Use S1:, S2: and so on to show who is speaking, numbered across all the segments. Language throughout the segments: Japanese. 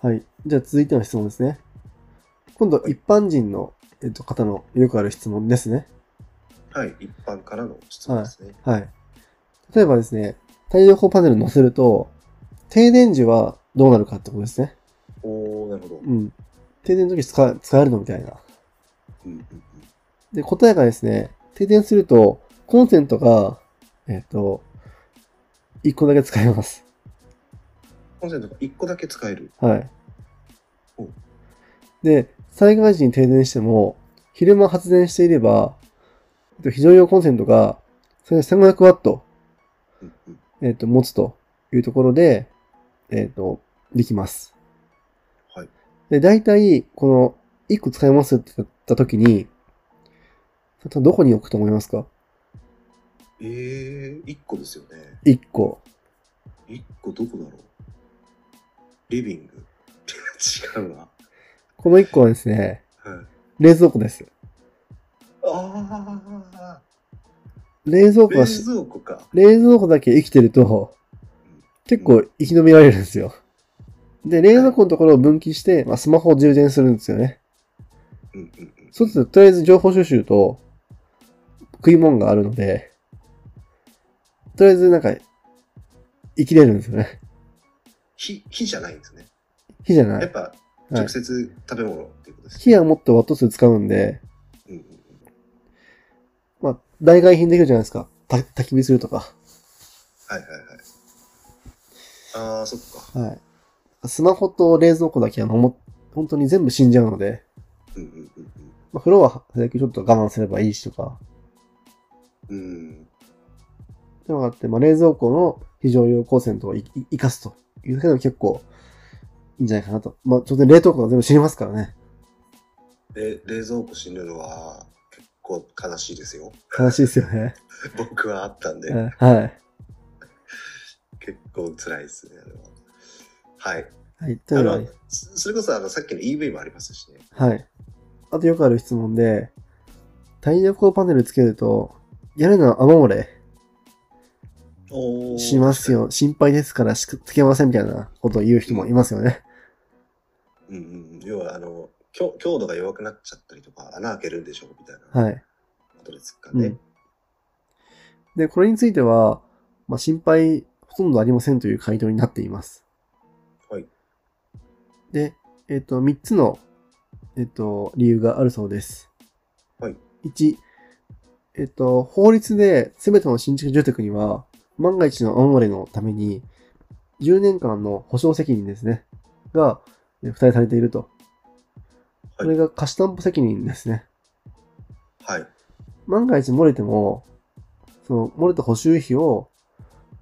S1: はい。じゃあ続いての質問ですね。今度、一般人の、えっと、方のよくある質問ですね。
S2: はい、一般からの質問ですね。
S1: はい。例えばですね、太陽光パネル乗せると、停電時はどうなるかってことですね。
S2: おー、なるほど。
S1: うん。停電の時使使えるのみたいな。
S2: うんうんうん
S1: で、答えがですね、停電すると、コンセントが、えっと、1個だけ使えます。
S2: コンセントが1個だけ使える。
S1: はい
S2: お。
S1: で、災害時に停電しても、昼間発電していれば、えっと非常用コンセントが、それで1500ワット、
S2: うんうん
S1: えっと、持つというところで、えっと、できます。
S2: はい。
S1: で、大体、この、1個使えますって言った時に、どこに置くと思いますか
S2: えー、1個ですよね。
S1: ?1 個。
S2: 1個どこだろうリビング。 違うな。
S1: この1個はですね、
S2: はい、
S1: 冷蔵庫です。
S2: あ
S1: 冷蔵
S2: ー、
S1: 庫は
S2: 冷
S1: し、
S2: 蔵庫か。
S1: 冷蔵庫だけ生きてると、結構生き延びられるんですよ。で、冷蔵庫のところを分岐して、まあ、スマホを充電するんですよね。
S2: うんうんうん。
S1: そうすると、とりあえず情報収集と食い物があるので、とりあえずなんか、生きれるんですよね。
S2: 火、火じゃないんですね。
S1: 火じゃな
S2: やっ
S1: い。
S2: ぱ、
S1: はい
S2: 直接食べ物っていうことですね。
S1: 火はもっとワット数使うんで、
S2: うんうんうん
S1: まあ、代替品できるじゃないですか。た焚き火するとか。
S2: はいはいはい。あー、そっか。
S1: はい。スマホと冷蔵庫だけは守っ、本当に全部死んじゃうので、
S2: うんうんうんうん。
S1: まあ、風呂は最近ちょっと我慢すればいいしとか、
S2: うん。
S1: ってのがあって、まあ、冷蔵庫の非常用コンセントをいい生かすというだけでも結構いいんじゃないかなと。まあ、当然冷凍庫が全部死にますからね。
S2: で、冷蔵庫死ぬのは結構悲しいですよ。
S1: 悲しいですよね。
S2: 僕はあったんで、
S1: うんはい。
S2: 結構辛いですね、あれは。はい。
S1: はい。とい
S2: あ
S1: うのが
S2: の、そそれこそあの、さっきの EV もありますしね。
S1: はい。あとよくある質問で、太陽光パネルつけると、屋根の雨漏れ
S2: お
S1: します。よ。心配ですからしくつけませんみたいなことを言う人もいますよね。
S2: うんうん。要は、あの、強強度が弱くなっちゃったりとか、穴開けるんでしょうみたいな
S1: はい。
S2: ことですか
S1: う
S2: ね
S1: ん。で、これについては、まあ、心配ほとんどありませんという回答になっています。
S2: はい。
S1: で、えっ、と、3つの、えっ、と、理由があるそうです。
S2: はい。
S1: 1、えっ、と、法律で全ての新築住宅には、万が一の雨漏れのために、10年間の保証責任ですね、が、え付帯されていると。
S2: は
S1: こ
S2: い
S1: れが貸し担保責任ですね。
S2: はい。
S1: 万が一漏れても、その漏れた補修費を、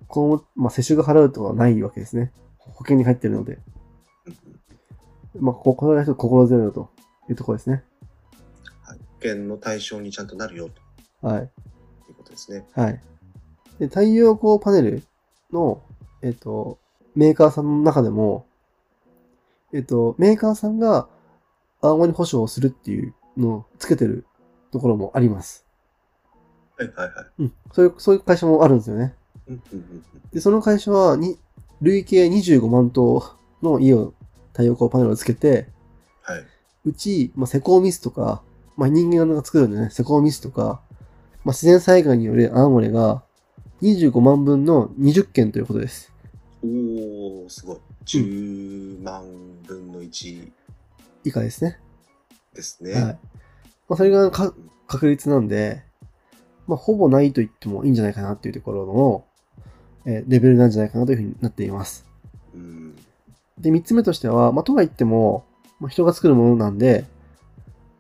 S1: こう、まあ、世襲が払うとかはないわけですね。保険に入ってるので。
S2: うんうん
S1: まあ、ここれが一つ心強いよというところですね。
S2: はい保険の対象にちゃんとなるよと
S1: はい。
S2: いうことですね。
S1: はい。で、太陽光パネルの、えっと、メーカーさんの中でも、えっと、メーカーさんが青森保証をするっていうのをつけてるところもあります。
S2: はいはいはい。
S1: うん。そういう、そういう会社もあるんですよね。
S2: うんうんうんうん
S1: で、その会社は、に、累計25万棟の家を、太陽光パネルをつけて、
S2: はい。
S1: うち、まあ、施工ミスとか、まあ、人間が作るんでね、施工ミスとか、まあ、自然災害による雨漏れが、25万分の20件ということです。
S2: おー、すごい。10万分の1
S1: 以下ですね。
S2: ですね。
S1: はい。まあ、それがか
S2: うん
S1: 確率なんで、まあ、ほぼないと言ってもいいんじゃないかなっていうところの、えーレベルなんじゃないかなというふうになっています。
S2: うん。
S1: で、三つ目としては、まあ、とはいっても、まあ、人が作るものなんで、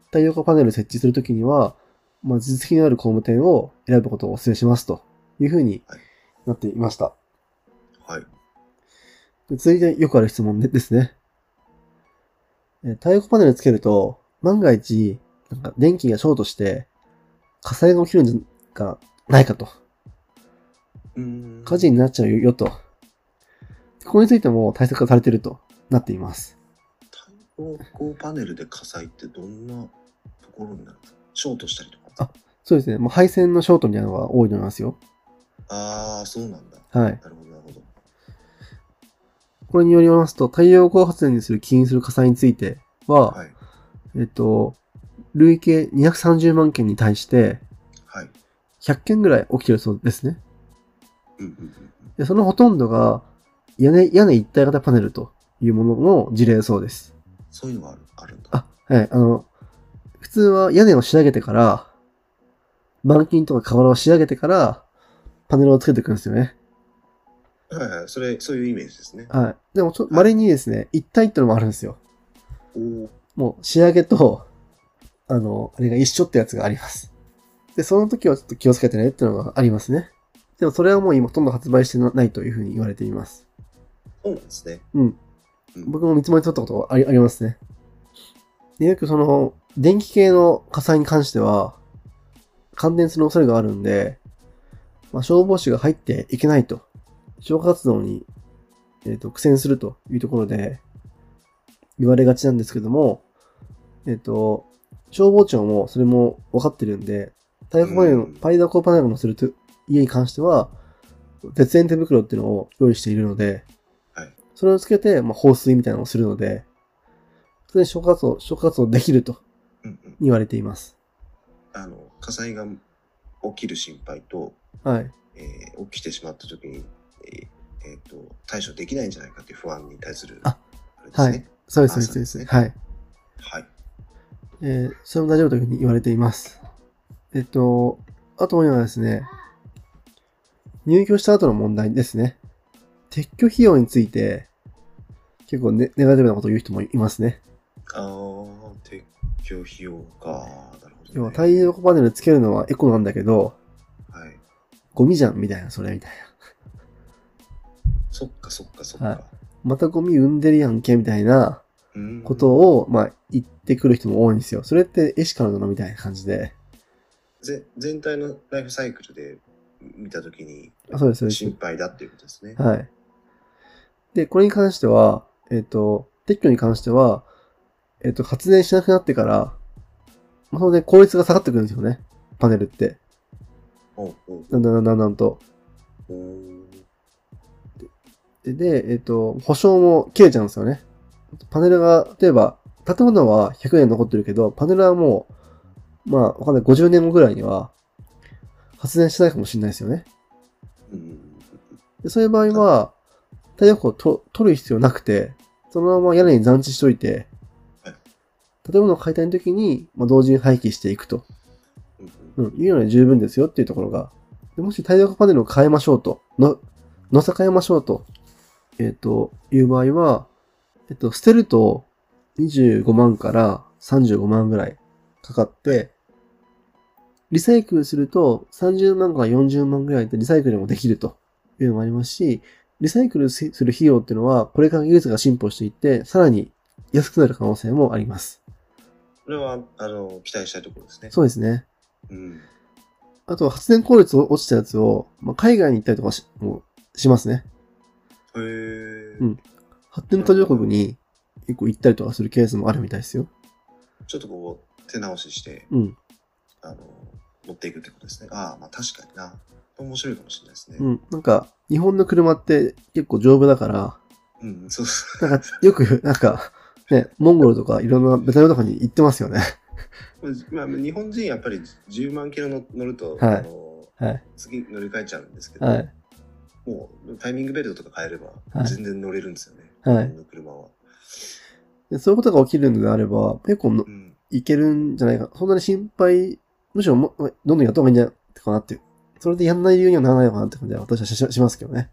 S1: 太陽光パネル設置するときには、まあ、実績のある工務店を選ぶことをお勧めしますというふうに
S2: はい
S1: なっていました。
S2: はい。
S1: で続いてよくある質問でですね。えー太陽光パネルつけると、万が一、なんか電気がショートして、火災が起きるんじゃないかと。
S2: うん
S1: 火事になっちゃうよと。これについても対策がされているとなっています。
S2: 太陽光パネルで火災ってどんなところになるんですかショートしたりとか。
S1: あそうですね。まあ、配線のショートみたいなのが多いと思いますよ。
S2: ああー、そうなんだ。
S1: はい。
S2: なるほど、なるほど。
S1: これによりますと、太陽光発電にする起因する火災については、
S2: はい。
S1: えっと、累計230万件に対して、
S2: はい。
S1: 100件ぐらい起きてるそうですね。
S2: うんうんうんうん。
S1: でそのほとんどが、屋根、屋根一体型パネルというものの事例そうです。
S2: そういうのがあるあるんだ。
S1: あ、はい、あの、普通は屋根を仕上げてから、板金とか瓦を仕上げてから、パネルをつけていくんですよね。
S2: はいはい。それ、そういうイメージですね。
S1: はい。でもちょ、稀にですね、一体ってのもあるんですよ。
S2: おお。
S1: もう仕上げと、あの、あれが一緒ってやつがあります。で、その時はちょっと気をつけてねってのがありますね。でもそれはもう今ほとんど発売してないというふうに言われています。
S2: そうなんですね。
S1: うん。
S2: うん
S1: 僕も見積もり取ったことありありますね。で、よくその、電気系の火災に関しては、感電する恐れがあるんで、まあ、消防士が入っていけないと、消火活動に、えー、と苦戦するというところで、言われがちなんですけども、えっ、と、消防庁もそれも分かってるんで、太陽光パネルの
S2: うん
S1: パイダコパネルのすると家に関しては、絶縁手袋っていうのを用意しているので、
S2: はい
S1: それをつけて、まあ、放水みたいなのをするので、それで消火活動、消火活動できると
S2: うんうん。
S1: 言われています。
S2: あの、火災が起きる心配と、
S1: はい。
S2: えー起きてしまった時に、えーえーと対処できないんじゃないかという不安に対する
S1: あ
S2: あれです
S1: はい
S2: ね。
S1: そうです、そうです、そうです。はい。
S2: はい。
S1: えーそれも大丈夫というふうに言われています。えっと、あともう一個はですね、入居した後の問題ですね。撤去費用について、結構ねネガティブなことを言う人もいますね。
S2: ああー、撤去費用か。なるほど、ね。
S1: 要は太陽光パネルつけるのはエコなんだけど、
S2: はい。
S1: ゴミじゃんみたいな、それみたいな。
S2: そっかそっかそっか。
S1: はいまたゴミ生んでるやんけみたいな
S2: うーん
S1: ことを、まあ、言ってくる人も多いんですよ。それってエシカルなのみたいな感じで。
S2: ぜ全体のライフサイクルで見たときに
S1: あそうです、そうです。
S2: 心配だっていうことですね。
S1: はい。で、これに関しては、えっ、と、撤去に関しては、えっ、と、発電しなくなってから、まあ、それで効率が下がってくるんですよね。パネルって。
S2: おうおう
S1: だんだんだんだんだんと。
S2: おう
S1: で、でえっ、と、保証も切れちゃうんですよね。パネルが、例えば、建物は100年残ってるけど、パネルはもう、まあ、わかんない、50年後ぐらいには、発電してないかもしれないですよね。
S2: うんうんうん
S1: でそういう場合は、太陽光をと取る必要なくて、そのまま屋根に残置しといて
S2: はい、
S1: 建物を解体の時に、まあ、同時に廃棄していくと、
S2: うん
S1: うん、いうので十分ですよっていうところが、でもし太陽光パネルを変えましょうと、の、のさ変えましょうと、えっ、と、いう場合は、えっと、捨てると25万から35万ぐらいかかって、リサイクルすると30万から40万ぐらいでリサイクルもできるというのもありますし、リサイクルすする費用っていうのは、これから技術が進歩していって、さらに安くなる可能性もあります。
S2: これはあの期待したいところですね。
S1: そうですね。
S2: うん
S1: あと、発電効率を落ちたやつを、まあ、海外に行ったりとかしもうしますね。
S2: へえ、
S1: うん発展途上国に結構行ったりとかするケースもあるみたいですよ。
S2: ちょっとこう手直しして
S1: うん。
S2: あの持っていくってことですね。ああ、まあ確かにな。面白いかもしれないですね。
S1: うん。なんか、日本の車って結構丈夫だから、
S2: うん、そうそう。
S1: なんか、よく、なんか、ね、モンゴルとかいろんなベトナムとかに行ってますよね。
S2: まあ、日本人やっぱり10万キロの乗ると、
S1: はい
S2: あの
S1: はい。
S2: 次乗り換えちゃうんですけど、
S1: はい。
S2: もうタイミングベルトとか変えれば
S1: はい
S2: 全然乗れるんですよね。
S1: はい
S2: 日本の車は。
S1: でそういうことが起きるのであれば、結構の
S2: うん。
S1: いけるんじゃないか。そんなに心配、むしろも、どんどんやった方がいいんじゃないかなっていう。それでやんない理由にはならないのかなって感じは私はしししますけどね。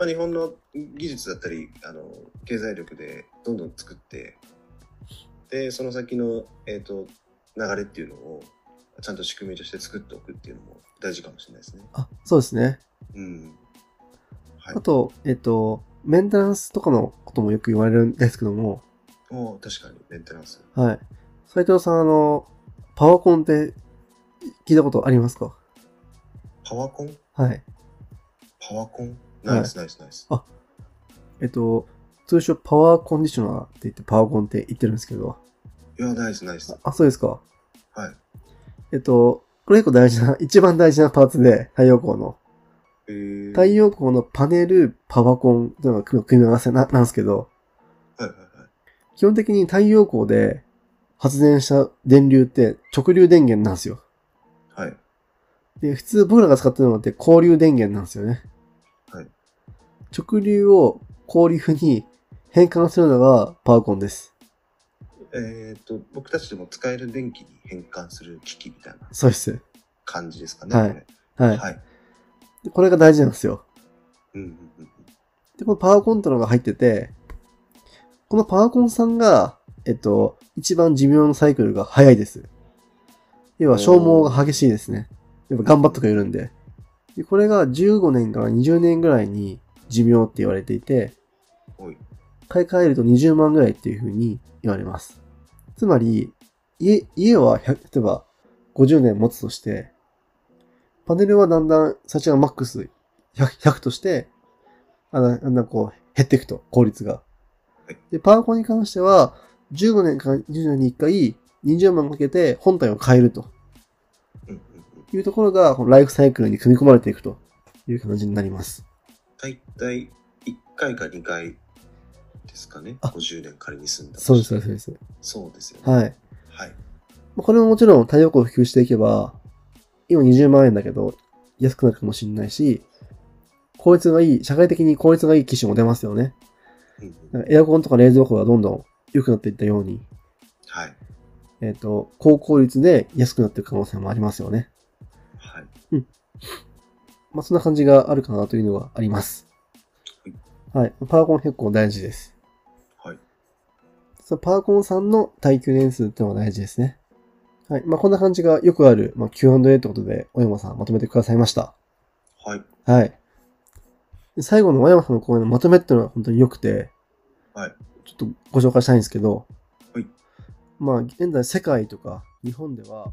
S2: まあ、日本の技術だったり、あの経済力でどんどん作って、で、その先の、えっと流れっていうのをちゃんと仕組みとして作っておくっていうのも大事かもしれないですね。
S1: あ、そうですね。
S2: うん。はい
S1: あ。と、えっと、メンテナンスとかのこともよく言われるんですけども、
S2: おー確かに、メンテナンス。
S1: はい。斉藤さん、あの、パワコンって聞いたことありますか
S2: パワコン
S1: はい。
S2: パワコンナイスナイスナイス。
S1: えっと、通称パワーコンディショナーって言ってパワコンって言ってるんですけど、
S2: いや、ナイスナイス。
S1: あ、そうですか。
S2: はい。
S1: えっと、これ結構大事な、一番大事なパーツで、太陽光の。
S2: えへー
S1: 太陽光のパネル、パワコンっていうのが組み合わせななんですけど、
S2: はいはいはい。
S1: 基本的に太陽光で発電した電流って直流電源なんですよ。
S2: はい。
S1: で、普通僕らが使ってるのって交流電源なんですよね。
S2: はい
S1: 直流を交流に変換するのがパワコンです。
S2: えっ、と、僕たちでも使える電気に変換する機器みたいな
S1: そうです。
S2: 感じですかね。
S1: はい
S2: これ
S1: はい。
S2: はい。
S1: でこれが大事なんですよ。
S2: うんうんうん
S1: で、このパワコンってのが入ってて、このパワコンさんが、えっと、一番寿命のサイクルが早いです。要は消耗が激しいですね。やっぱ頑張ってくれるんで。で、これが15年から20年ぐらいに寿命って言われていて、
S2: うん。おい。
S1: 買い替えると20万ぐらいっていう風に言われます。つまり、家、家は100、例えば50年持つとして、パネルはだんだん最初はマックス 100, 100として、あだんだんだんこう減っていくと、効率が
S2: はい。
S1: で、パワコンに関しては、15年から20年に1回、20万かけて本体を変えると
S2: うんうんうん。
S1: いうところが、このライフサイクルに組み込まれていくという感じになります。
S2: 大体1回か2回ですかね。
S1: あ
S2: 50年仮に住んだと
S1: そうで
S2: し
S1: す、
S2: て
S1: そうです。
S2: そうですよね。
S1: はい。
S2: はい。
S1: まあこれももちろん太陽光を普及していけば、今20万円だけど、安くなるかもしれないし、効率がいい、社会的に効率がいい機種も出ますよね。
S2: うんうん
S1: なんかエアコンとか冷蔵庫がどんどん良くなっていったように、
S2: はい。
S1: えっ、と、高効率で安くなっていく可能性もありますよね。
S2: はい。
S1: まあ、そんな感じがあるかなというのがあります。はい。パワコン結構大事です。
S2: はい。
S1: そのパワコンさんの耐久年数ってのが大事ですね。はい。まあ、こんな感じがよくある、まあ、Q&A ってことで、小山さんまとめてくださいました。
S2: はい。
S1: はい。で最後の和山さんの講演のまとめっていうのは本当に良くて、
S2: はい。
S1: ちょっとご紹介したいんですけど、
S2: はい。
S1: まあ、現在世界とか日本では、